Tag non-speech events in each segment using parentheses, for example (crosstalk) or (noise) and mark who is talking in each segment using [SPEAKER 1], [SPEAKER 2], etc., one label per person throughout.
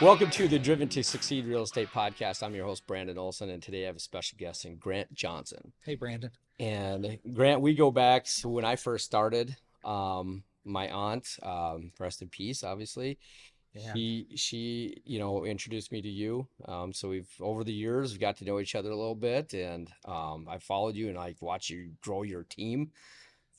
[SPEAKER 1] Welcome to the Driven to Succeed Real Estate Podcast. I'm your host, Brandon Olson, and today I have a special guest in Grant Johnson.
[SPEAKER 2] Hey, Brandon.
[SPEAKER 1] And Grant, we go back to when I first started. Um, my aunt, um, rest in peace, obviously.
[SPEAKER 2] Yeah.
[SPEAKER 1] She, she, you know, introduced me to you. Um, so we've over the years we've got to know each other a little bit, and um, I followed you and I watched you grow your team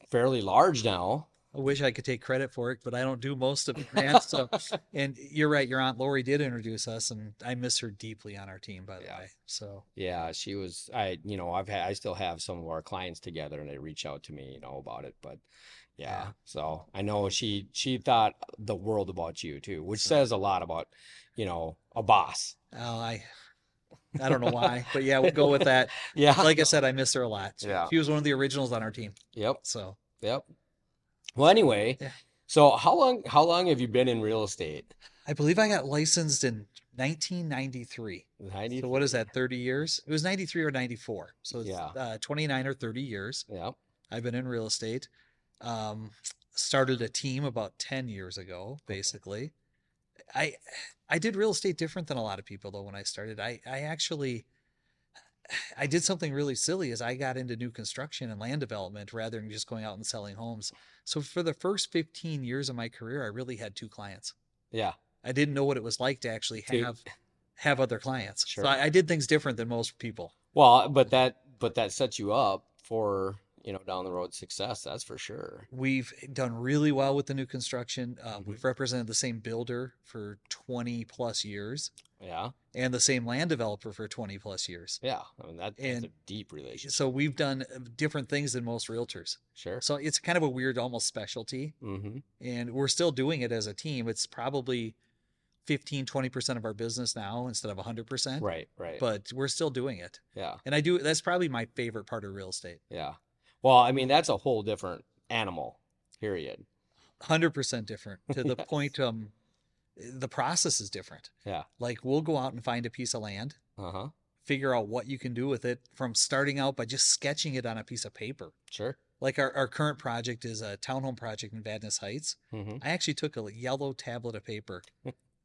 [SPEAKER 1] fairly large now.
[SPEAKER 2] I wish I could take credit for it, but I don't do most
[SPEAKER 1] (laughs)
[SPEAKER 2] of it, man. So, and you're right. Your aunt Lori did introduce us, and I miss her deeply on our team, by the
[SPEAKER 1] Yeah.
[SPEAKER 2] way. So,
[SPEAKER 1] Yeah, she was. I, you know, I've had, I still have some of our clients together, and they reach out to me, you know, about it. But yeah,
[SPEAKER 2] Yeah.
[SPEAKER 1] so I know she she thought the world about you too, which says a lot about, you know, a
[SPEAKER 2] (laughs)
[SPEAKER 1] boss.
[SPEAKER 2] oh, I, I don't know why, but yeah, we'll go
[SPEAKER 1] (laughs)
[SPEAKER 2] with that.
[SPEAKER 1] Yeah.
[SPEAKER 2] Like I said, I miss her a lot.
[SPEAKER 1] Yeah.
[SPEAKER 2] She was one of the originals on our team.
[SPEAKER 1] Yep.
[SPEAKER 2] So,
[SPEAKER 1] Yep. Well, anyway,
[SPEAKER 2] Yeah.
[SPEAKER 1] so how long how long have you been in real estate?
[SPEAKER 2] I believe I got licensed in 1993.
[SPEAKER 1] Ninety.
[SPEAKER 2] So, what is that, 30 years? It was 93 or 94. So, it's
[SPEAKER 1] Yeah.
[SPEAKER 2] uh, 29 or 30 years.
[SPEAKER 1] Yep.
[SPEAKER 2] I've been in real estate. Um, started a team about 10 years ago, basically. I I did real estate different than a lot of people though when I started. I I actually I did something really silly is I got into new construction and land development rather than just going out and selling homes. So for the first 15 years of my career, I really had two clients.
[SPEAKER 1] Yeah.
[SPEAKER 2] I didn't know what it was like to actually
[SPEAKER 1] Dude.
[SPEAKER 2] have have other clients.
[SPEAKER 1] Sure.
[SPEAKER 2] So I, I did things different than most people.
[SPEAKER 1] Well, but that but that sets you up for, you know, down the road success, that's for sure.
[SPEAKER 2] We've done really well with the new construction. Um,
[SPEAKER 1] Mhm.
[SPEAKER 2] We've represented the same builder for 20 plus years
[SPEAKER 1] Yeah.
[SPEAKER 2] and the same land developer for 20 plus years.
[SPEAKER 1] Yeah. I mean that, that's a
[SPEAKER 2] And-
[SPEAKER 1] deep relationship.
[SPEAKER 2] So we've done uh, different things than most realtors.
[SPEAKER 1] Sure.
[SPEAKER 2] So it's kind of a weird, almost specialty.
[SPEAKER 1] Mm-hmm.
[SPEAKER 2] And we're still doing it as a team. It's probably 15, 20% of our business now instead of 100%.
[SPEAKER 1] Right, right.
[SPEAKER 2] But we're still doing it.
[SPEAKER 1] yeah,
[SPEAKER 2] And I do, that's probably my favorite part of real estate.
[SPEAKER 1] yeah. Well, I mean, that's a whole different animal, period.
[SPEAKER 2] hundred percent different to
[SPEAKER 1] (laughs)
[SPEAKER 2] the point um the process is different.
[SPEAKER 1] Yeah.
[SPEAKER 2] Like we'll go out and find a piece of land,
[SPEAKER 1] Uh-huh.
[SPEAKER 2] figure out what you can do with it from starting out by just sketching it on a piece of paper.
[SPEAKER 1] Sure.
[SPEAKER 2] Like our, our current project is a townhome project in Vadnais Heights.
[SPEAKER 1] Mm-hmm.
[SPEAKER 2] I actually took a yellow tablet
[SPEAKER 1] (laughs)
[SPEAKER 2] of paper,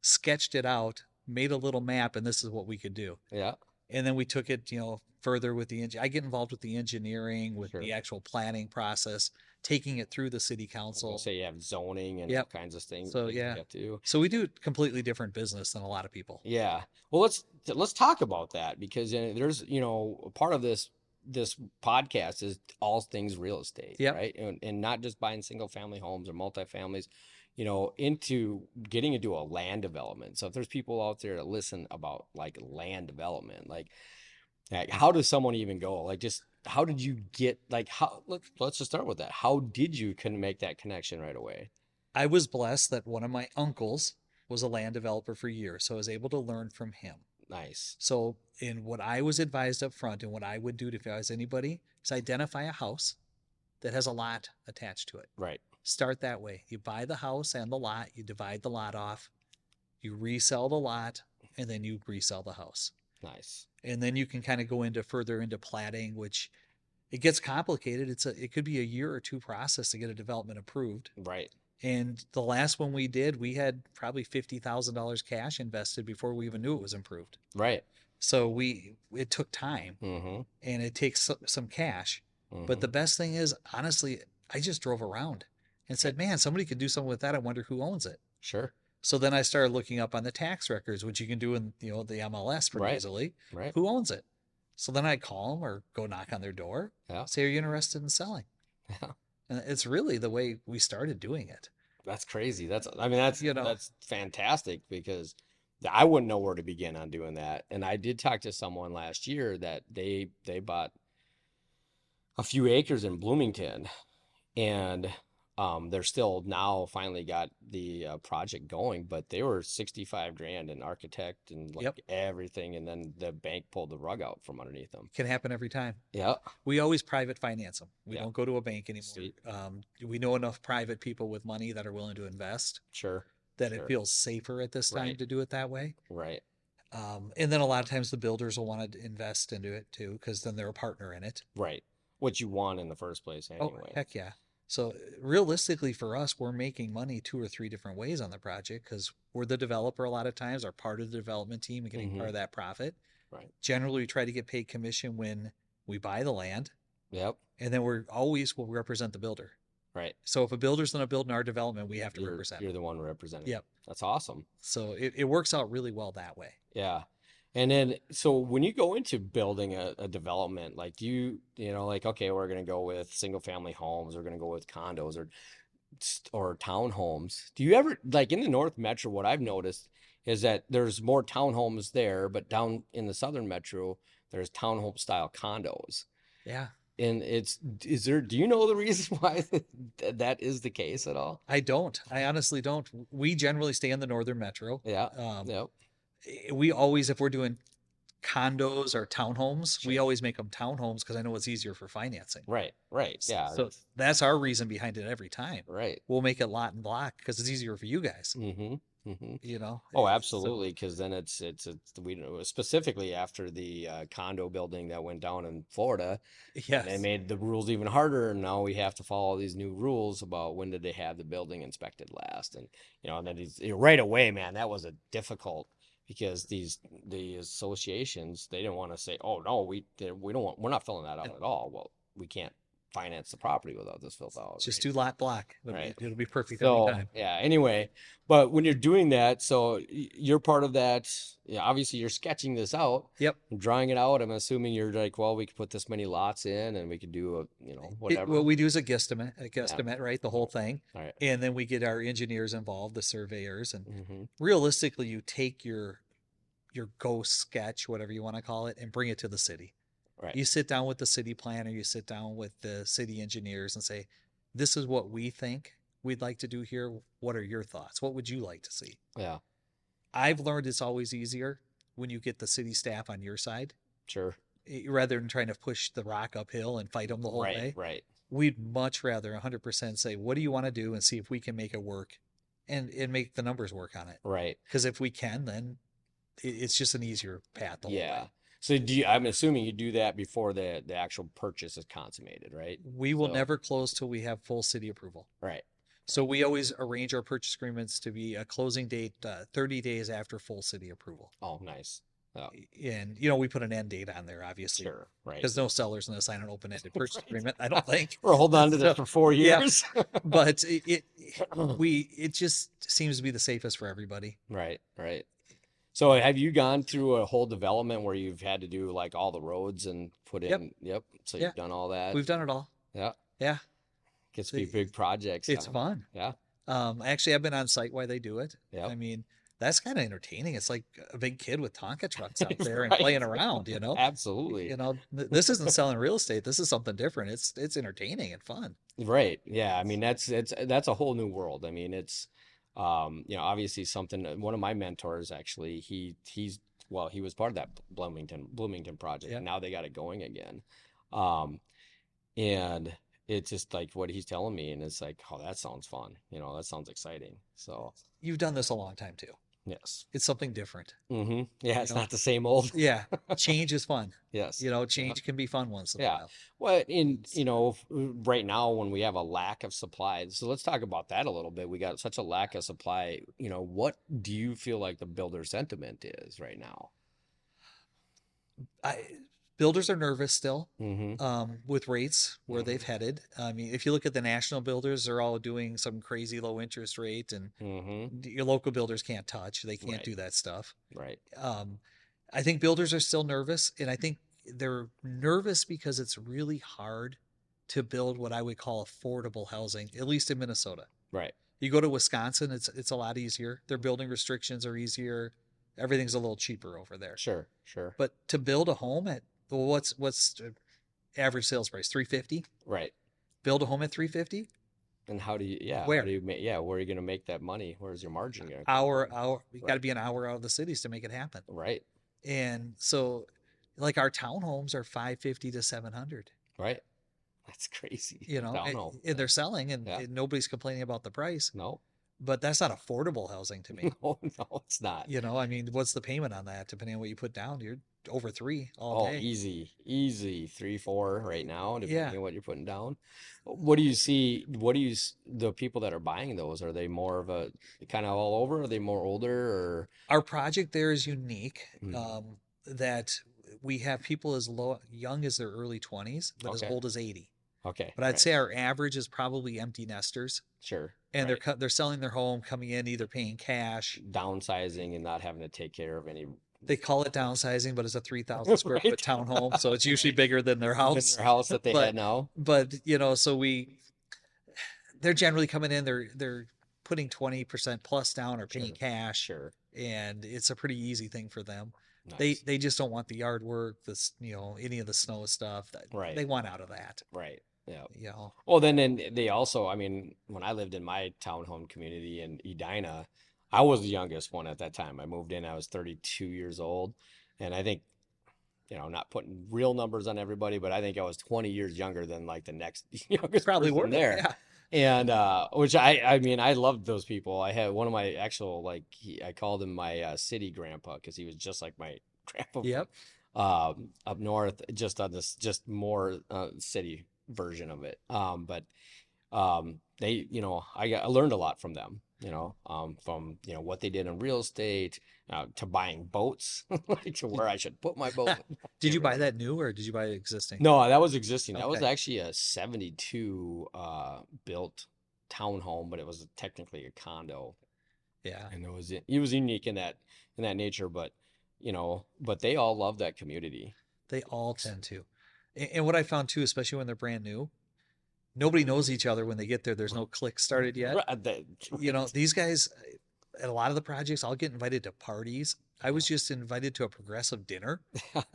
[SPEAKER 2] sketched it out, made a little map, and this is what we could do.
[SPEAKER 1] Yeah.
[SPEAKER 2] And then we took it, you know, further with the engine. I get involved with the engineering, with
[SPEAKER 1] Sure.
[SPEAKER 2] the actual planning process, taking it through the city
[SPEAKER 1] So
[SPEAKER 2] council.
[SPEAKER 1] say you have zoning and
[SPEAKER 2] Yep.
[SPEAKER 1] all kinds of things.
[SPEAKER 2] So,
[SPEAKER 1] things you
[SPEAKER 2] yeah.
[SPEAKER 1] have to do.
[SPEAKER 2] So we do completely different business than a lot of people.
[SPEAKER 1] Yeah. Well, let's let's talk about that because uh, there's, you know, a part of this this podcast is all things real estate,
[SPEAKER 2] Yep.
[SPEAKER 1] right? And, and not just buying single family homes or multifamilies, you know, into getting into a land development. So if there's people out there that listen about like land development, like, like how does someone even go? Like just how did you get like how let's let's just start with that. How did you can make that connection right away?
[SPEAKER 2] I was blessed that one of my uncles was a land developer for years, so I was able to learn from him.
[SPEAKER 1] Nice.
[SPEAKER 2] So, in what I was advised up front and what I would do if I was anybody is identify a house that has a lot attached to it.
[SPEAKER 1] Right.
[SPEAKER 2] Start that way. You buy the house and the lot, you divide the lot off, you resell the lot, and then you resell the house.
[SPEAKER 1] Nice.
[SPEAKER 2] and then you can kind of go into further into platting which it gets complicated it's a it could be a year or two process to get a development approved
[SPEAKER 1] Right.
[SPEAKER 2] and the last one we did we had probably $50000 cash invested before we even knew it was improved
[SPEAKER 1] Right.
[SPEAKER 2] so we it took time
[SPEAKER 1] Mm-hmm.
[SPEAKER 2] and it takes so- some cash but the best thing is honestly i just drove around and said man somebody could do something with that i wonder who owns it
[SPEAKER 1] sure.
[SPEAKER 2] so then i started looking up on the tax records which you can do in you know the mls pretty
[SPEAKER 1] Right.
[SPEAKER 2] easily
[SPEAKER 1] Right.
[SPEAKER 2] who owns it? So then I call them or go knock on their door.
[SPEAKER 1] Yeah.
[SPEAKER 2] Say, are you interested in selling?
[SPEAKER 1] Yeah.
[SPEAKER 2] And it's really the way we started doing it.
[SPEAKER 1] That's crazy. That's I mean that's
[SPEAKER 2] You know.
[SPEAKER 1] that's fantastic because th- I wouldn't know where to begin on doing that. And I did talk to someone last year that they they bought a few acres in Bloomington and um they're still now finally got the uh, project going, but they were 65 grand in architect and like
[SPEAKER 2] Yep.
[SPEAKER 1] everything and then the bank pulled the rug out from underneath them.
[SPEAKER 2] Can happen every time.
[SPEAKER 1] Yeah.
[SPEAKER 2] We always private finance them. We
[SPEAKER 1] Yeah.
[SPEAKER 2] don't go to a bank anymore.
[SPEAKER 1] Sweet.
[SPEAKER 2] Um, we know enough private people with money that are willing to invest
[SPEAKER 1] Sure.
[SPEAKER 2] that
[SPEAKER 1] Sure.
[SPEAKER 2] it feels safer at this time
[SPEAKER 1] Right.
[SPEAKER 2] to do it that way.
[SPEAKER 1] Right.
[SPEAKER 2] Um, and then a lot of times the builders will want to invest into it too, because then they're a partner in it.
[SPEAKER 1] Right. What you want in the first place
[SPEAKER 2] Oh,
[SPEAKER 1] anyway.
[SPEAKER 2] heck yeah. So realistically for us, we're making money two or three different ways on the project because we're the developer a lot of times, are part of the development team and getting part of that profit.
[SPEAKER 1] Mm-hmm. Right.
[SPEAKER 2] Generally, we try to get paid commission when we buy the land,
[SPEAKER 1] Yep.
[SPEAKER 2] and then we're always will represent the builder.
[SPEAKER 1] Right.
[SPEAKER 2] So if a builder's going to build in our development, we have to
[SPEAKER 1] You're,
[SPEAKER 2] represent.
[SPEAKER 1] you're
[SPEAKER 2] them.
[SPEAKER 1] the one representing.
[SPEAKER 2] Yep.
[SPEAKER 1] That's awesome.
[SPEAKER 2] So it, it works out really well that way.
[SPEAKER 1] Yeah. And then, so when you go into building a, a development, like do you, you know, like, okay, we're going to go with single family homes, we're going to go with condos or, or townhomes. Do you ever, like in the North Metro, what I've noticed is that there's more townhomes there, but down in the Southern Metro, there's townhome style condos.
[SPEAKER 2] Yeah.
[SPEAKER 1] And it's, is there, do you know the (laughs) reason why that that is the case at all?
[SPEAKER 2] I don't. I honestly don't. We generally stay in the northern metro.
[SPEAKER 1] Yeah.
[SPEAKER 2] Um,
[SPEAKER 1] Yep.
[SPEAKER 2] i- we always if we're doing condos or townhomes, we
[SPEAKER 1] Sure.
[SPEAKER 2] always make them townhomes because I know it's easier for financing.
[SPEAKER 1] Right. Right.
[SPEAKER 2] S-
[SPEAKER 1] Yeah.
[SPEAKER 2] So that's our reason behind it every time.
[SPEAKER 1] Right.
[SPEAKER 2] We'll make it lot and block because it's easier for you guys.
[SPEAKER 1] Mm-hmm. Mm-hmm.
[SPEAKER 2] You know. Eh,
[SPEAKER 1] Oh,
[SPEAKER 2] So-
[SPEAKER 1] absolutely, because then it's it's it's we know specifically after the uh, condo building that went down in Florida,
[SPEAKER 2] yes.
[SPEAKER 1] they made the rules even harder, and now we have to follow these new rules about when did they have the building inspected last, and you know, and then these right away, man, that was a difficult because these the associations they didn't want to say, oh no, we we don't want we're not filling that out at all. Well, we can't finance the property without this filled out.
[SPEAKER 2] Just
[SPEAKER 1] right?
[SPEAKER 2] do lot block. It'll,
[SPEAKER 1] Right.
[SPEAKER 2] be, it'll be perfect
[SPEAKER 1] So,
[SPEAKER 2] every time.
[SPEAKER 1] yeah, anyway, but when you're doing that, so y- you're part of that. Yeah, obviously, you're sketching this out,
[SPEAKER 2] Yep.
[SPEAKER 1] drawing it out. I'm assuming you're like, well, we could put this many lots in and we could do a, you know,
[SPEAKER 2] It-
[SPEAKER 1] whatever.
[SPEAKER 2] what we do is a guesstimate, a guesstimate, right? The whole thing.
[SPEAKER 1] All right.
[SPEAKER 2] And then we get our engineers involved, the surveyors, and
[SPEAKER 1] Mhm.
[SPEAKER 2] realistically you take your your ghost sketch whatever you want to call it and bring it to the city
[SPEAKER 1] Right.
[SPEAKER 2] you sit down with the city planner you sit down with the city engineers and say this is what we think we'd like to do here what are your thoughts what would you like to see
[SPEAKER 1] Yeah,
[SPEAKER 2] i've learned it's always easier when you get the city staff on your side
[SPEAKER 1] sure.
[SPEAKER 2] eh, rather than trying to push the rock uphill and fight them the whole way
[SPEAKER 1] Right, right.
[SPEAKER 2] we'd much rather 100% say what do you want to do and see if we can make it work and and make the numbers work on it
[SPEAKER 1] Right.
[SPEAKER 2] because if we can, then it, it's just an easier path. The Whole
[SPEAKER 1] Yeah.
[SPEAKER 2] way.
[SPEAKER 1] So do you, I'm assuming you do that before the the actual purchase is consummated, right?
[SPEAKER 2] We will
[SPEAKER 1] So-
[SPEAKER 2] never close till we have full city approval.
[SPEAKER 1] Right.
[SPEAKER 2] So we always arrange our purchase agreements to be a closing date uh, 30 days after full city approval.
[SPEAKER 1] Oh, nice.
[SPEAKER 2] And, you know, we put an end date on there, obviously,
[SPEAKER 1] Sure. Right.
[SPEAKER 2] because no seller's going to sign an
[SPEAKER 1] (laughs)
[SPEAKER 2] open ended purchase
[SPEAKER 1] Right.
[SPEAKER 2] agreement, I don't think.
[SPEAKER 1] We're holding on to this
[SPEAKER 2] So-
[SPEAKER 1] for four
[SPEAKER 2] yeah.
[SPEAKER 1] years. (laughs)
[SPEAKER 2] But it, it, we, it just seems to be the safest for everybody.
[SPEAKER 1] Right, right. So have you gone through a whole development where you've had to do like all the roads and put
[SPEAKER 2] Yep.
[SPEAKER 1] in? Yep. So
[SPEAKER 2] Yeah.
[SPEAKER 1] you've done all that.
[SPEAKER 2] We've done it all.
[SPEAKER 1] Gets to be
[SPEAKER 2] the-
[SPEAKER 1] big projects.
[SPEAKER 2] It's
[SPEAKER 1] huh?
[SPEAKER 2] fun.
[SPEAKER 1] Yeah.
[SPEAKER 2] Um, actually, I've been on site while they do it.
[SPEAKER 1] Yep.
[SPEAKER 2] I mean, that's kind of entertaining. It's like a big kid with
[SPEAKER 1] (laughs)
[SPEAKER 2] Tonka trucks out there and
[SPEAKER 1] Right.
[SPEAKER 2] playing around, you know? You
[SPEAKER 1] Absolutely.
[SPEAKER 2] know, th-
[SPEAKER 1] (laughs)
[SPEAKER 2] this isn't selling real estate. This is something different. It's it's entertaining and fun.
[SPEAKER 1] Right. Yeah. I mean, that's it's that's a whole new world. I mean, it's um, you know, obviously something that- one of my mentors actually, he he's well, he was part of that Bloomington Bloomington project.
[SPEAKER 2] Yeah.
[SPEAKER 1] and Now they got it going again. Um, and it's just like what he's telling me, and it's like, oh, that sounds fun. You know, that sounds exciting. So
[SPEAKER 2] You've done this a long time too.
[SPEAKER 1] Yes.
[SPEAKER 2] It's something different.
[SPEAKER 1] Mm-hmm. Yeah,
[SPEAKER 2] You
[SPEAKER 1] it's
[SPEAKER 2] know?
[SPEAKER 1] not the same old. (laughs)
[SPEAKER 2] Yeah. Change is fun.
[SPEAKER 1] Yes. (laughs)
[SPEAKER 2] You know, change can be fun once in a
[SPEAKER 1] Yeah.
[SPEAKER 2] while.
[SPEAKER 1] Well, in you know, f- right now when we have a lack of supply, so let's talk about that a little bit. We got such a lack of supply. You know, what do you feel like the builder sentiment is right now?
[SPEAKER 2] I builders are nervous still.
[SPEAKER 1] Mm-hmm.
[SPEAKER 2] Um, with rates where they've headed. I mean, if you look at the national builders, they're all doing some crazy low interest rate and
[SPEAKER 1] Mm-hmm.
[SPEAKER 2] your local builders can't touch. They can't
[SPEAKER 1] Right.
[SPEAKER 2] do that stuff.
[SPEAKER 1] Right.
[SPEAKER 2] um, I think builders are still nervous, and I think they're nervous because it's really hard to build what I would call affordable housing, at least in Minnesota.
[SPEAKER 1] Right.
[SPEAKER 2] You go to Wisconsin, it's it's a lot easier. Their building restrictions are easier. Everything's a little cheaper over there.
[SPEAKER 1] Sure. Sure.
[SPEAKER 2] But to build a home at well, what's what's the average sales price? Three fifty.
[SPEAKER 1] Right.
[SPEAKER 2] Build a home at three fifty.
[SPEAKER 1] And how do you? Yeah. how
[SPEAKER 2] Where?
[SPEAKER 1] do you make? Yeah. Where are you going to make that money? Where's your margin going?
[SPEAKER 2] Hour hour. You
[SPEAKER 1] Right.
[SPEAKER 2] got to be an hour out of the cities to make it happen.
[SPEAKER 1] Right.
[SPEAKER 2] And so, like our townhomes are five fifty to seven hundred.
[SPEAKER 1] Right. That's crazy.
[SPEAKER 2] you
[SPEAKER 1] I
[SPEAKER 2] know, eh,
[SPEAKER 1] don't
[SPEAKER 2] and,
[SPEAKER 1] know.
[SPEAKER 2] and they're selling and,
[SPEAKER 1] Yeah.
[SPEAKER 2] and nobody's complaining about the price.
[SPEAKER 1] No. (laughs)
[SPEAKER 2] but that's not affordable housing to me.
[SPEAKER 1] No, no, it's not.
[SPEAKER 2] You know, I mean, what's the payment on that? Depending on what you put down, you're over three all
[SPEAKER 1] Oh,
[SPEAKER 2] day.
[SPEAKER 1] easy, easy. Three, four right now,
[SPEAKER 2] Yeah.
[SPEAKER 1] depending on what you're putting down. What do you see? What do you, s- the people that are buying those, are they more of a kind of all over? Are they more older or?
[SPEAKER 2] Our project there is unique
[SPEAKER 1] Mhm.
[SPEAKER 2] um, that we have people as low, young as their early 20s, but as
[SPEAKER 1] Okay.
[SPEAKER 2] old as 80.
[SPEAKER 1] Okay,
[SPEAKER 2] But I'd
[SPEAKER 1] right,
[SPEAKER 2] say our average is probably empty nesters,
[SPEAKER 1] sure,
[SPEAKER 2] and they're
[SPEAKER 1] right.
[SPEAKER 2] cut, they're selling their home, coming in either paying cash.
[SPEAKER 1] Downsizing and not having to take care of any
[SPEAKER 2] They call it downsizing, but it's
[SPEAKER 1] (laughs)
[SPEAKER 2] a 3,000 square
[SPEAKER 1] Mm-hmm. Right.
[SPEAKER 2] foot townhome, so it's usually bigger than their
[SPEAKER 1] in (laughs)
[SPEAKER 2] house.
[SPEAKER 1] their house that they
[SPEAKER 2] (laughs) but-
[SPEAKER 1] had now.
[SPEAKER 2] but you know so we they're generally coming in they're they're putting 20% plus down or paying
[SPEAKER 1] Sure.
[SPEAKER 2] cash
[SPEAKER 1] Sure.
[SPEAKER 2] and it's a pretty easy thing for them
[SPEAKER 1] Nice.
[SPEAKER 2] they they just don't want the yard work this you know any of the snow stuff that
[SPEAKER 1] Right.
[SPEAKER 2] they want out of that
[SPEAKER 1] Right. Yeah.
[SPEAKER 2] you know
[SPEAKER 1] Well, then, and they also, I mean, when I lived in my townhome community in Edina, I was the youngest one at that time. I moved in, I was 32 years old. And I think, you know, not putting real numbers on everybody, but I think I was 20 years younger than like the next (laughs) youngest
[SPEAKER 2] probably
[SPEAKER 1] person
[SPEAKER 2] worth it,
[SPEAKER 1] there.
[SPEAKER 2] yeah.
[SPEAKER 1] And uh which I I mean I loved those people. I had one of my actual like he, I called him my uh, city grandpa because he was just like my (laughs) grandpa from
[SPEAKER 2] yep
[SPEAKER 1] um, up north, just on this, just more uh, city version of it. Um, but um, they, you know, I, got, I learned a lot from them. You know, um, from you know what they did in real estate uh, to buying boats, (laughs) like to where I should put my boat.
[SPEAKER 2] did you buy
[SPEAKER 1] everything.
[SPEAKER 2] that new or did you buy existing
[SPEAKER 1] No, that was existing. That was
[SPEAKER 2] Okay.
[SPEAKER 1] actually a 72 uh, built townhome, but it was technically a condo
[SPEAKER 2] yeah
[SPEAKER 1] and it was it was unique in that in that nature. But you know, but they all love that community.
[SPEAKER 2] they all tend to A- and what i found too especially when they're brand new nobody knows each other when they get there there's no click started yet
[SPEAKER 1] Right, that-
[SPEAKER 2] you know these guys at a lot of the projects i'll get invited to parties i was just invited to a
[SPEAKER 1] (laughs)
[SPEAKER 2] progressive dinner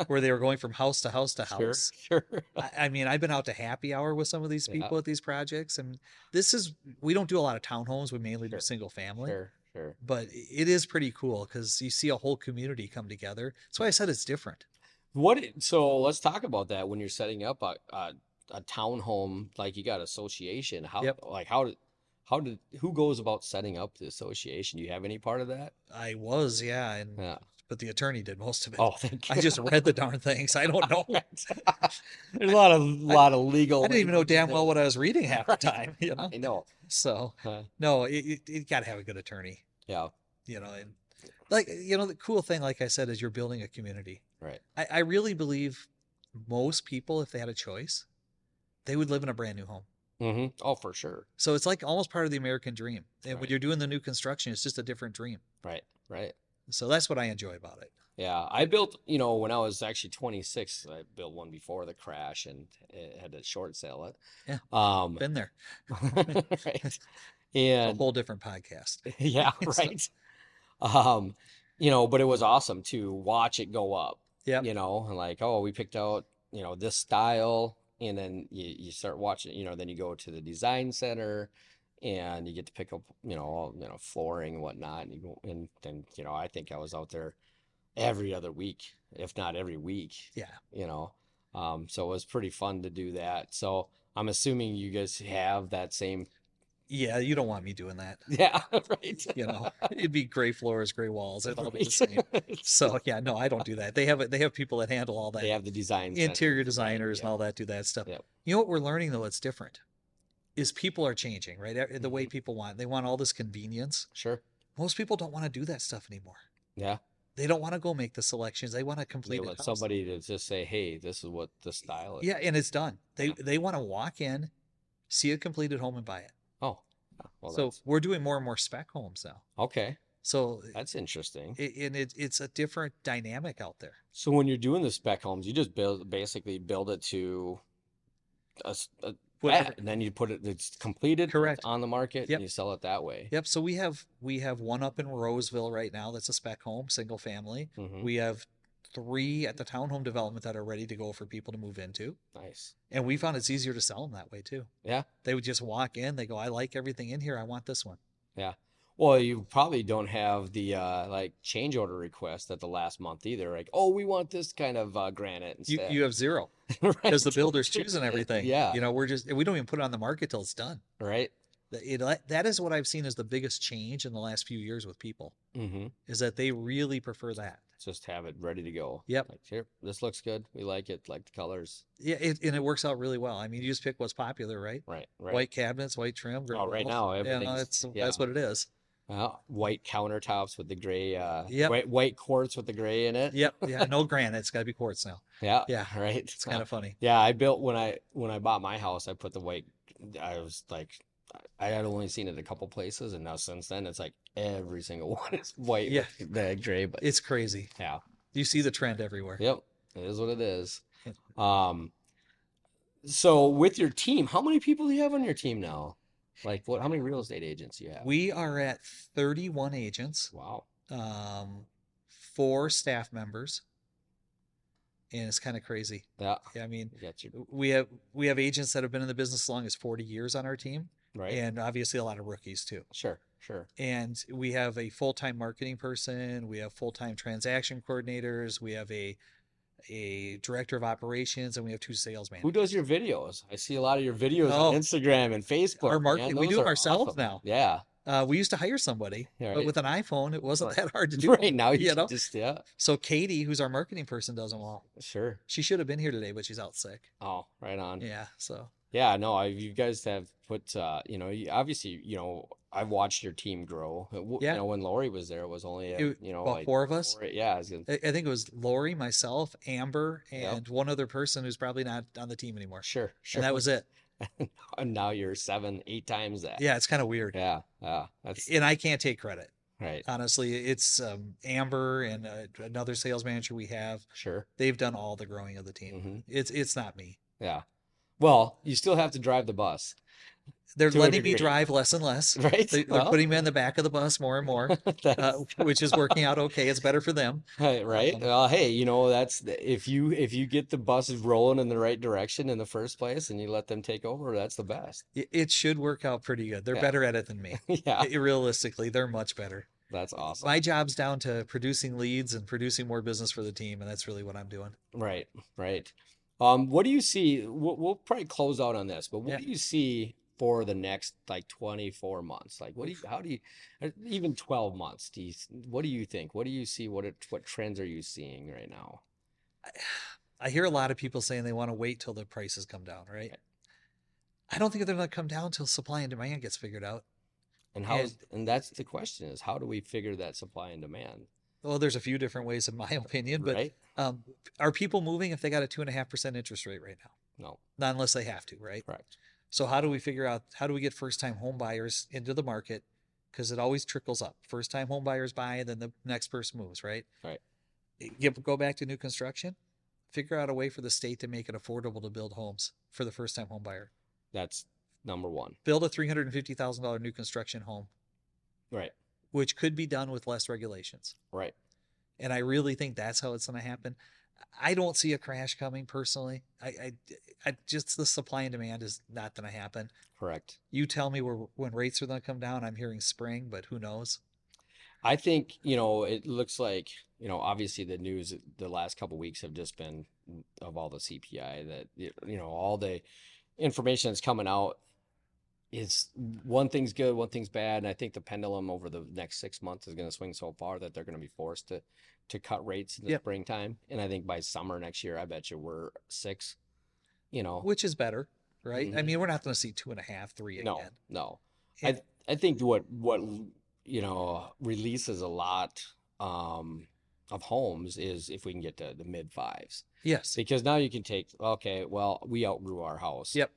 [SPEAKER 2] where they were going from house to house to
[SPEAKER 1] Sure,
[SPEAKER 2] house (laughs)
[SPEAKER 1] sure.
[SPEAKER 2] I, I mean i've been out to happy hour with some of these
[SPEAKER 1] Yeah.
[SPEAKER 2] people at these projects and this is we don't do a lot of townhomes we mainly do
[SPEAKER 1] Sure,
[SPEAKER 2] single family
[SPEAKER 1] Sure, sure.
[SPEAKER 2] but i- it is pretty cool because you see a whole community come together that's why i said it's different
[SPEAKER 1] What, i- so let's talk about that when you're setting up a a, a townhome, like you got association. How,
[SPEAKER 2] Yep.
[SPEAKER 1] like how did, how did, who goes about setting up the association? Do you have any part of that?
[SPEAKER 2] i was yeah and
[SPEAKER 1] Yeah.
[SPEAKER 2] but the attorney did most of it
[SPEAKER 1] Oh, (laughs) thank
[SPEAKER 2] i just read the darn things i
[SPEAKER 1] (laughs)
[SPEAKER 2] don't know
[SPEAKER 1] God. There's a lot of lot of legal.
[SPEAKER 2] i didn't even know
[SPEAKER 1] language in
[SPEAKER 2] damn
[SPEAKER 1] there.
[SPEAKER 2] well what i was reading half the
[SPEAKER 1] Right.
[SPEAKER 2] time you know
[SPEAKER 1] I know.
[SPEAKER 2] so
[SPEAKER 1] Huh.
[SPEAKER 2] No, it, it, it got to have a good attorney,
[SPEAKER 1] Yeah.
[SPEAKER 2] you know, and like, you know, the cool thing, like I said, is you're building a community.
[SPEAKER 1] Right.
[SPEAKER 2] I, I really believe most people, if they had a choice, they would live in a brand new home.
[SPEAKER 1] hmm Oh, for sure.
[SPEAKER 2] So it's like almost part of the American dream. And when
[SPEAKER 1] Right.
[SPEAKER 2] you're doing the new construction, it's just a different dream.
[SPEAKER 1] Right. Right.
[SPEAKER 2] So that's what I enjoy about it.
[SPEAKER 1] Yeah, I built, you know, when I was actually 26, I built one before the crash and uh, had to short sale it.
[SPEAKER 2] Yeah.
[SPEAKER 1] Um,
[SPEAKER 2] Been there.
[SPEAKER 1] right.
[SPEAKER 2] A
[SPEAKER 1] And
[SPEAKER 2] whole different podcast.
[SPEAKER 1] (laughs) yeah,
[SPEAKER 2] So-
[SPEAKER 1] right. Um, you know, but it was awesome to watch it go up.
[SPEAKER 2] Yep.
[SPEAKER 1] You know, and like, oh, we picked out, you know, this style, and then you, you start watching, you know, then you go to the design center and you get to pick up, you know, all, you know, flooring and whatnot. And you go, and then, you know, I think I was out there every other week, if not every week,
[SPEAKER 2] Yeah.
[SPEAKER 1] you know. Um, so it was pretty fun to do that. So I'm assuming you guys have that same,
[SPEAKER 2] Yeah. You don't want me doing that.
[SPEAKER 1] (laughs) yeah, (laughs) right.
[SPEAKER 2] You know, it'd be gray floors, gray walls. It'd all be
[SPEAKER 1] (laughs)
[SPEAKER 2] the same.
[SPEAKER 1] Right.
[SPEAKER 2] So yeah, no, I don't do that. They have, a- they have people that handle all that.
[SPEAKER 1] They have the design center.
[SPEAKER 2] interior designers
[SPEAKER 1] yeah.
[SPEAKER 2] and all that do that stuff.
[SPEAKER 1] Yep.
[SPEAKER 2] You know what we're learning though that's different is people are changing, right? E- The way
[SPEAKER 1] Mhm.
[SPEAKER 2] people want, they want all this convenience.
[SPEAKER 1] Sure.
[SPEAKER 2] Most people don't want to do that stuff anymore.
[SPEAKER 1] Yeah.
[SPEAKER 2] They don't want to go make the selections. They want to
[SPEAKER 1] They
[SPEAKER 2] complete it.
[SPEAKER 1] want somebody to just say, "Hey, this is what the style is."
[SPEAKER 2] Yeah, and it's done. They
[SPEAKER 1] Yeah.
[SPEAKER 2] they want to walk in, see a completed home and buy it.
[SPEAKER 1] Oh, yeah, well,
[SPEAKER 2] so
[SPEAKER 1] that's
[SPEAKER 2] we're doing more and more spec homes now.
[SPEAKER 1] okay.
[SPEAKER 2] So
[SPEAKER 1] That's interesting.
[SPEAKER 2] it, and it, it's a different dynamic out there.
[SPEAKER 1] So when you're doing the spec homes, you just build basically build it to a, s- a-
[SPEAKER 2] Whatever.
[SPEAKER 1] that, and then you put it. It's completed. it's
[SPEAKER 2] Correct.
[SPEAKER 1] on the market,
[SPEAKER 2] Yep.
[SPEAKER 1] and you sell it that way.
[SPEAKER 2] Yep. So we have we have one up in Roseville right now that's a spec home, single family.
[SPEAKER 1] Mhm,
[SPEAKER 2] We have three at the townhome development that are ready to go for people to move into.
[SPEAKER 1] Nice.
[SPEAKER 2] And we found it's easier to sell them that way too.
[SPEAKER 1] Yeah.
[SPEAKER 2] They would just walk in, they go, I like everything in here. I want this one.
[SPEAKER 1] Well, you probably don't have the uh, like change order request at the last month either. Like, oh, we want this kind of uh, granite
[SPEAKER 2] You,
[SPEAKER 1] instead.
[SPEAKER 2] you have zero
[SPEAKER 1] (laughs) Right.
[SPEAKER 2] because the builder's choosing everything.
[SPEAKER 1] Yeah.
[SPEAKER 2] You know, we're just, we don't even put it on the market till it's done.
[SPEAKER 1] Right.
[SPEAKER 2] That it, that is what I've seen as the biggest change in the last few years with people
[SPEAKER 1] Mm-hmm.
[SPEAKER 2] is that they really prefer that.
[SPEAKER 1] Just have it ready to go.
[SPEAKER 2] Yep.
[SPEAKER 1] Like here, this looks good. We like it. Like the colors.
[SPEAKER 2] Yeah, it, and it works out really well. I mean, you just pick what's popular, right?
[SPEAKER 1] Right. Right.
[SPEAKER 2] White cabinets, white trim.
[SPEAKER 1] Oh, right
[SPEAKER 2] now,
[SPEAKER 1] now
[SPEAKER 2] you know,
[SPEAKER 1] everything's
[SPEAKER 2] it's,
[SPEAKER 1] yeah.
[SPEAKER 2] that's what it is.
[SPEAKER 1] Well, white countertops with the gray, uh,
[SPEAKER 2] Yep.
[SPEAKER 1] white, white quartz with the gray in it.
[SPEAKER 2] Yep. Yeah. No granite. It's got to be quartz now.
[SPEAKER 1] Yeah.
[SPEAKER 2] Yeah.
[SPEAKER 1] (laughs) Right.
[SPEAKER 2] It's kind of funny.
[SPEAKER 1] Yeah, I built when I when I bought my house, I put the white. I was like, I had only seen it a couple places, and now since then, it's like every single (laughs) one is white
[SPEAKER 2] Yeah.
[SPEAKER 1] with the gray. But
[SPEAKER 2] It's crazy.
[SPEAKER 1] yeah,
[SPEAKER 2] You see the trend everywhere.
[SPEAKER 1] yep, it is what it
[SPEAKER 2] (laughs)
[SPEAKER 1] is. Um, so with your team, how many people do you have on your team now? Like, what? How many real estate agents do you have?
[SPEAKER 2] We are at 31 agents,
[SPEAKER 1] Wow.
[SPEAKER 2] um, four staff members, and it's kind of crazy.
[SPEAKER 1] Yeah,
[SPEAKER 2] I mean,
[SPEAKER 1] you got your
[SPEAKER 2] we have we have agents that have been in the business as long as 40 years on our team,
[SPEAKER 1] right.
[SPEAKER 2] and obviously a lot of rookies too.
[SPEAKER 1] Sure, sure.
[SPEAKER 2] and we have a full-time marketing person we have full-time transaction coordinators we have a a director of operations and we have two sales
[SPEAKER 1] Who
[SPEAKER 2] managers
[SPEAKER 1] does your videos? I see a lot of your videos on
[SPEAKER 2] Oh.
[SPEAKER 1] Instagram and Facebook.
[SPEAKER 2] Our
[SPEAKER 1] man.
[SPEAKER 2] marketing- we do
[SPEAKER 1] Those
[SPEAKER 2] them
[SPEAKER 1] are
[SPEAKER 2] ourselves
[SPEAKER 1] awesome.
[SPEAKER 2] now.
[SPEAKER 1] Yeah.
[SPEAKER 2] uh, we used to hire somebody
[SPEAKER 1] Yeah,
[SPEAKER 2] but
[SPEAKER 1] right. (laughs)
[SPEAKER 2] with an iphone it wasn't
[SPEAKER 1] Right. (laughs)
[SPEAKER 2] that hard to do
[SPEAKER 1] Right now, you
[SPEAKER 2] you know?
[SPEAKER 1] just yeah,
[SPEAKER 2] so katie who's our marketing person does them all
[SPEAKER 1] sure.
[SPEAKER 2] she should have been here today but she's out sick
[SPEAKER 1] Oh, right on.
[SPEAKER 2] yeah so
[SPEAKER 1] Yeah, no, I you guys have put uh, you know, you, obviously, you know, I've watched your team grow. It w-
[SPEAKER 2] Yeah.
[SPEAKER 1] You know, when Lori was there, it was only uh,
[SPEAKER 2] It-
[SPEAKER 1] you know,
[SPEAKER 2] about
[SPEAKER 1] like
[SPEAKER 2] four of us
[SPEAKER 1] four- yeah, I was gonna,
[SPEAKER 2] I, I think it was lori myself amber
[SPEAKER 1] Yep.
[SPEAKER 2] and one other person who's probably not on the team anymore
[SPEAKER 1] sure, sure.
[SPEAKER 2] and that was it
[SPEAKER 1] (laughs) And now you're seven, eight times that.
[SPEAKER 2] yeah it's kind of weird
[SPEAKER 1] Yeah, yeah, that's
[SPEAKER 2] and i can't take credit
[SPEAKER 1] right.
[SPEAKER 2] honestly it's um, amber and uh, another sales manager we have
[SPEAKER 1] Sure.
[SPEAKER 2] they've done all the growing of the team
[SPEAKER 1] hmm
[SPEAKER 2] it's it's not me
[SPEAKER 1] Yeah. Well, you still have to drive the bus, (laughs)
[SPEAKER 2] they're
[SPEAKER 1] To a
[SPEAKER 2] letting me
[SPEAKER 1] degree.
[SPEAKER 2] drive less and
[SPEAKER 1] (laughs)
[SPEAKER 2] less
[SPEAKER 1] right?
[SPEAKER 2] they, they're
[SPEAKER 1] Well,
[SPEAKER 2] putting me in the back of the bus more and more uh,
[SPEAKER 1] that's-
[SPEAKER 2] which is working
[SPEAKER 1] (laughs)
[SPEAKER 2] out okay it's better for them
[SPEAKER 1] Right, right.
[SPEAKER 2] Um,
[SPEAKER 1] Well, hey, you know, that's the- if you if you get the buses rolling in the right direction in the first place and you let them take over, that's the best. (laughs)
[SPEAKER 2] it, it should work out pretty good they're
[SPEAKER 1] Yeah.
[SPEAKER 2] better at it than
[SPEAKER 1] (laughs)
[SPEAKER 2] me
[SPEAKER 1] Yeah,
[SPEAKER 2] I- realistically they're much better
[SPEAKER 1] that's awesome.
[SPEAKER 2] my job's down to producing leads and producing more business for the team and that's really what i'm doing
[SPEAKER 1] Right, right. Um, what do you see? We'll, we'll probably close out on this, but what
[SPEAKER 2] Yeah.
[SPEAKER 1] do you see for the next like 24 months? Like, what do you, how do you, or even 12 months? Do you, what do you think? What do you see? What are, what trends are you seeing right now?
[SPEAKER 2] I hear a lot of people saying they want to wait till the prices come down, right?
[SPEAKER 1] Right.
[SPEAKER 2] I don't think they're going to come down till supply and demand gets figured out.
[SPEAKER 1] And how
[SPEAKER 2] And-
[SPEAKER 1] is, and that's the question is how do we figure that supply and demand,
[SPEAKER 2] Well, there's a few different ways, in my opinion, but
[SPEAKER 1] right?
[SPEAKER 2] um, are people moving if they got a two and a half percent interest rate right now?
[SPEAKER 1] No,
[SPEAKER 2] Not unless they have to, right?
[SPEAKER 1] correct.
[SPEAKER 2] So how do we figure out how do we get first time home buyers into the market? Because it always trickles up. First time home buyers buy, then the next person moves, right?
[SPEAKER 1] Right.
[SPEAKER 2] Get, go back to new construction. Figure out a way for the state to make it affordable to build homes for the first time home buyer.
[SPEAKER 1] That's number one,
[SPEAKER 2] build a three hundred and fifty thousand dollar new construction home,
[SPEAKER 1] right?
[SPEAKER 2] which could be done with less regulations.
[SPEAKER 1] Right.
[SPEAKER 2] And I really think that's how it's going to happen. I don't see a crash coming personally. I, I, I just the supply and demand is not going to happen.
[SPEAKER 1] Correct.
[SPEAKER 2] You tell me where when rates are going to come down. I'm hearing spring, but who knows?
[SPEAKER 1] I think, you know, it looks like, you know, obviously the news the last couple weeks have just been of all the CPI that, you know, all the information that's coming out is one thing's good, one thing's bad. And I think the pendulum over the next six months is going to swing so far that they're going to be forced to to cut rates in the
[SPEAKER 2] Yep.
[SPEAKER 1] springtime. And I think by summer next year, I bet you we're six, you know.
[SPEAKER 2] Which is better, right? I
[SPEAKER 1] Mhm.
[SPEAKER 2] mean, we're not going to see two and a half, three again.
[SPEAKER 1] No, no. I
[SPEAKER 2] And-
[SPEAKER 1] th- I think what what you know releases a lot um of homes is if we can get to the mid fives
[SPEAKER 2] yes.
[SPEAKER 1] because now you can take okay well we outgrew our house
[SPEAKER 2] Yep.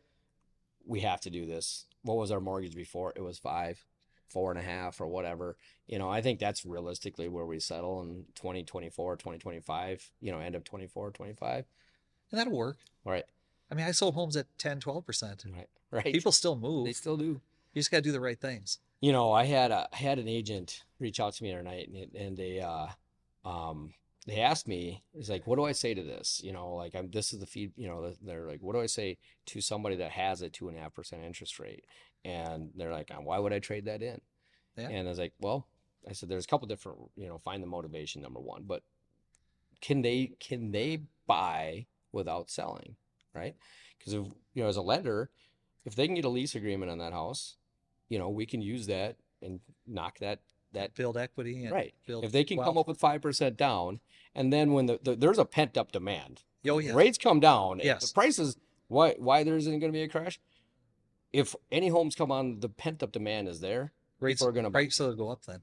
[SPEAKER 1] we have to do this what was our mortgage before it was five four and a half or whatever you know I think that's realistically where we settle in 2024 2025 you know end of 24 25
[SPEAKER 2] And that'll work.
[SPEAKER 1] right
[SPEAKER 2] I mean, I sold homes at 10, 12%.
[SPEAKER 1] right right
[SPEAKER 2] People still move.
[SPEAKER 1] Mm-hmm. they still do
[SPEAKER 2] You just got to do the right things.
[SPEAKER 1] you know, I had a I had an agent reach out to me the other night, and it- and they uh, um, they asked me, it's like, what do I say to this? You know, like I'm this is the feed. You know, they're like, what do I say to somebody that has a two and a half percent interest rate? And they're like, "Uh, why would I trade that in?
[SPEAKER 2] Yeah.
[SPEAKER 1] And I was like, well, I said, there's a couple different. You know, find the motivation number one, but can they can they buy without selling, right? Because if you know, as a lender, if they can get a lease agreement on that house, you know, we can use that and knock that that
[SPEAKER 2] build equity and
[SPEAKER 1] right.
[SPEAKER 2] build
[SPEAKER 1] If they can come
[SPEAKER 2] wealth.
[SPEAKER 1] up with five percent down, and then when the, the there's a pent up demand,
[SPEAKER 2] Oh yeah.
[SPEAKER 1] rates come down. if
[SPEAKER 2] Yes.
[SPEAKER 1] The prices. Why? Why there isn't going to be a crash? If any homes come on, the pent up demand is there.
[SPEAKER 2] rates
[SPEAKER 1] people are gonna buy.
[SPEAKER 2] prices will go up then.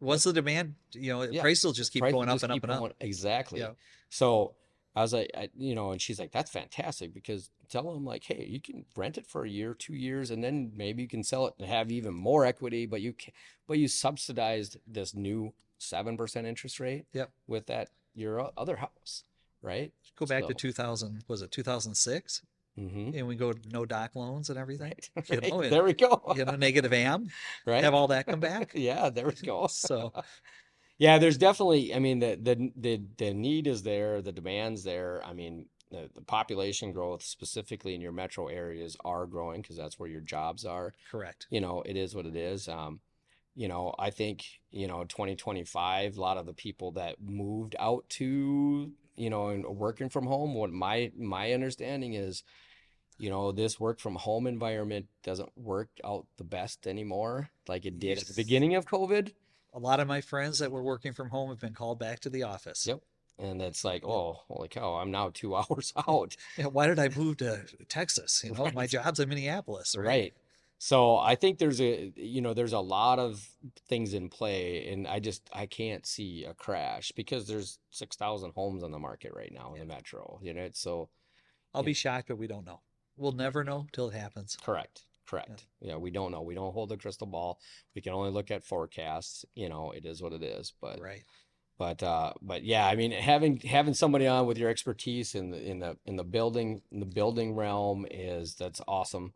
[SPEAKER 2] Once the demand, you know,
[SPEAKER 1] Yeah.
[SPEAKER 2] prices will just keep
[SPEAKER 1] Prices
[SPEAKER 2] going up
[SPEAKER 1] just
[SPEAKER 2] and up
[SPEAKER 1] keep
[SPEAKER 2] and up.
[SPEAKER 1] going- Exactly.
[SPEAKER 2] Yeah.
[SPEAKER 1] So I was like, I, you know, and she's like, that's fantastic because tell them like, hey, you can rent it for a year, two years, and then maybe you can sell it and have even more equity, but you can, but you subsidized this new seven percent interest rate.
[SPEAKER 2] Yep.
[SPEAKER 1] With that your o- other house, right?
[SPEAKER 2] Go back to
[SPEAKER 1] So-
[SPEAKER 2] 2000, was it 2006?
[SPEAKER 1] Mm-hmm. (laughs)
[SPEAKER 2] And we go to no doc loans and everything.
[SPEAKER 1] Right.
[SPEAKER 2] You
[SPEAKER 1] Right.
[SPEAKER 2] know, and-
[SPEAKER 1] There we go.
[SPEAKER 2] You know, negative AM,
[SPEAKER 1] (laughs) Right.
[SPEAKER 2] Oh, have all that come back.
[SPEAKER 1] (laughs) Yeah, there we go.
[SPEAKER 2] So
[SPEAKER 1] Yeah, there's definitely, I mean, the the the the need is there, the demand's there. I mean, the, the population growth specifically in your metro areas are growing because that's where your jobs are.
[SPEAKER 2] correct.
[SPEAKER 1] You know, it is what it is. Um, you know, I think, you know, 2025, a lot of the people that moved out to, you know, and working from home, what my my understanding is, you know, this work from home environment doesn't work out the best anymore, like it did at the
[SPEAKER 2] Yes.
[SPEAKER 1] beginning of COVID.
[SPEAKER 2] A lot of my friends that were working from home have been called back to the office.
[SPEAKER 1] Yep. And it's like, oh, holy cow, I'm now two (laughs) hours out.
[SPEAKER 2] Yeah, (laughs) why did I move to Texas? You know, my
[SPEAKER 1] Right.
[SPEAKER 2] job's in Minneapolis, right?
[SPEAKER 1] Right. So I think there's a, you know, there's a lot of things in play, and I just I can't see a crash because there's 6,000 homes on the market right now in the metro. You know, it's so
[SPEAKER 2] I'll
[SPEAKER 1] Yeah.
[SPEAKER 2] be shocked, but we don't know. We'll never know till it happens.
[SPEAKER 1] correct, correct. Yeah, we don't know. We don't hold the crystal ball. We can only look at forecasts. You know, it is what it is. But
[SPEAKER 2] Right.
[SPEAKER 1] But uh, but yeah, I mean, having having somebody on with your expertise in the in the in the building in the building realm is that's awesome.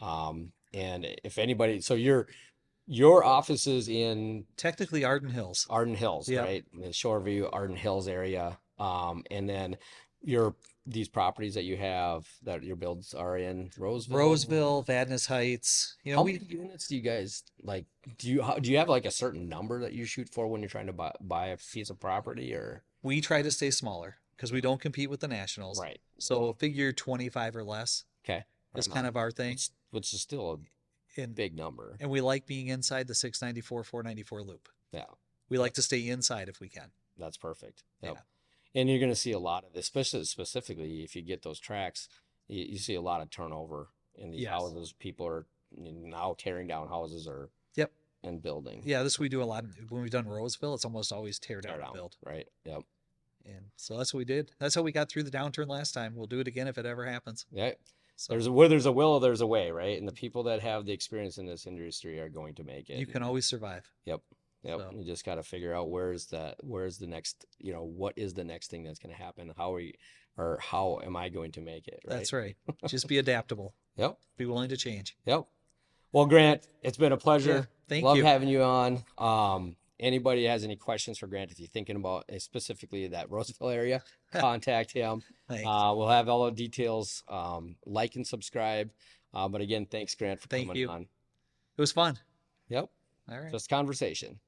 [SPEAKER 1] Um, and if anybody, so your your office is in
[SPEAKER 2] Technically, Arden Hills.
[SPEAKER 1] Arden Hills,
[SPEAKER 2] Yeah.
[SPEAKER 1] right? In the Shoreview, Arden Hills area. Um, and then your these properties that you have that your builds are in Roseville.
[SPEAKER 2] Roseville, Vadnais Heights. You know,
[SPEAKER 1] How
[SPEAKER 2] we
[SPEAKER 1] many units do you guys like? Do you how, do you have like a certain number that you shoot for when you're trying to buy buy a piece of property or?
[SPEAKER 2] we try to stay smaller because we don't compete with the nationals.
[SPEAKER 1] Right.
[SPEAKER 2] So figure 25 or less
[SPEAKER 1] Okay.
[SPEAKER 2] is
[SPEAKER 1] Right
[SPEAKER 2] kind
[SPEAKER 1] on.
[SPEAKER 2] of our thing.
[SPEAKER 1] Which, which is still a
[SPEAKER 2] And,
[SPEAKER 1] big number.
[SPEAKER 2] and we like being inside the 694, 494 loop.
[SPEAKER 1] Yeah,
[SPEAKER 2] We like to stay inside if we can.
[SPEAKER 1] that's perfect.
[SPEAKER 2] Yeah.
[SPEAKER 1] Yep. And you're going to see a lot of, especially specifically if you get those tracks, you, you see a lot of turnover in these
[SPEAKER 2] Yes.
[SPEAKER 1] houses. People are now tearing down houses or
[SPEAKER 2] Yep.
[SPEAKER 1] and building.
[SPEAKER 2] Yeah, this we do a lot. When we've done Roseville, it's almost always tear
[SPEAKER 1] Tear
[SPEAKER 2] down,
[SPEAKER 1] down,
[SPEAKER 2] build.
[SPEAKER 1] right? Yep.
[SPEAKER 2] And so that's what we did. That's how we got through the downturn last time. We'll do it again if it ever happens.
[SPEAKER 1] Yeah.
[SPEAKER 2] So
[SPEAKER 1] There's a, where there's a will, there's a way, right? And the people that have the experience in this industry are going to make it.
[SPEAKER 2] you can always survive.
[SPEAKER 1] Yep. Yep.
[SPEAKER 2] So-
[SPEAKER 1] You just got to figure out where's that, where's the next, you know, what is the next thing that's going to happen? How are you, or how am I going to make it?
[SPEAKER 2] That's right. Just be adaptable.
[SPEAKER 1] Yep.
[SPEAKER 2] Be willing to change.
[SPEAKER 1] Yep. Well, Grant, it's been a
[SPEAKER 2] Yeah,
[SPEAKER 1] pleasure.
[SPEAKER 2] Thank
[SPEAKER 1] Love
[SPEAKER 2] you.
[SPEAKER 1] having you on. Um, anybody has any questions for Grant, if you're thinking about uh, specifically that (laughs) Roseville area, contact him.
[SPEAKER 2] (laughs) Thanks.
[SPEAKER 1] Uh, we'll have all the details. Um, like and subscribe. Uh, but again, thanks, Grant, for
[SPEAKER 2] Thank
[SPEAKER 1] coming
[SPEAKER 2] you.
[SPEAKER 1] on.
[SPEAKER 2] it was fun.
[SPEAKER 1] Yep.
[SPEAKER 2] All right.
[SPEAKER 1] Just conversation.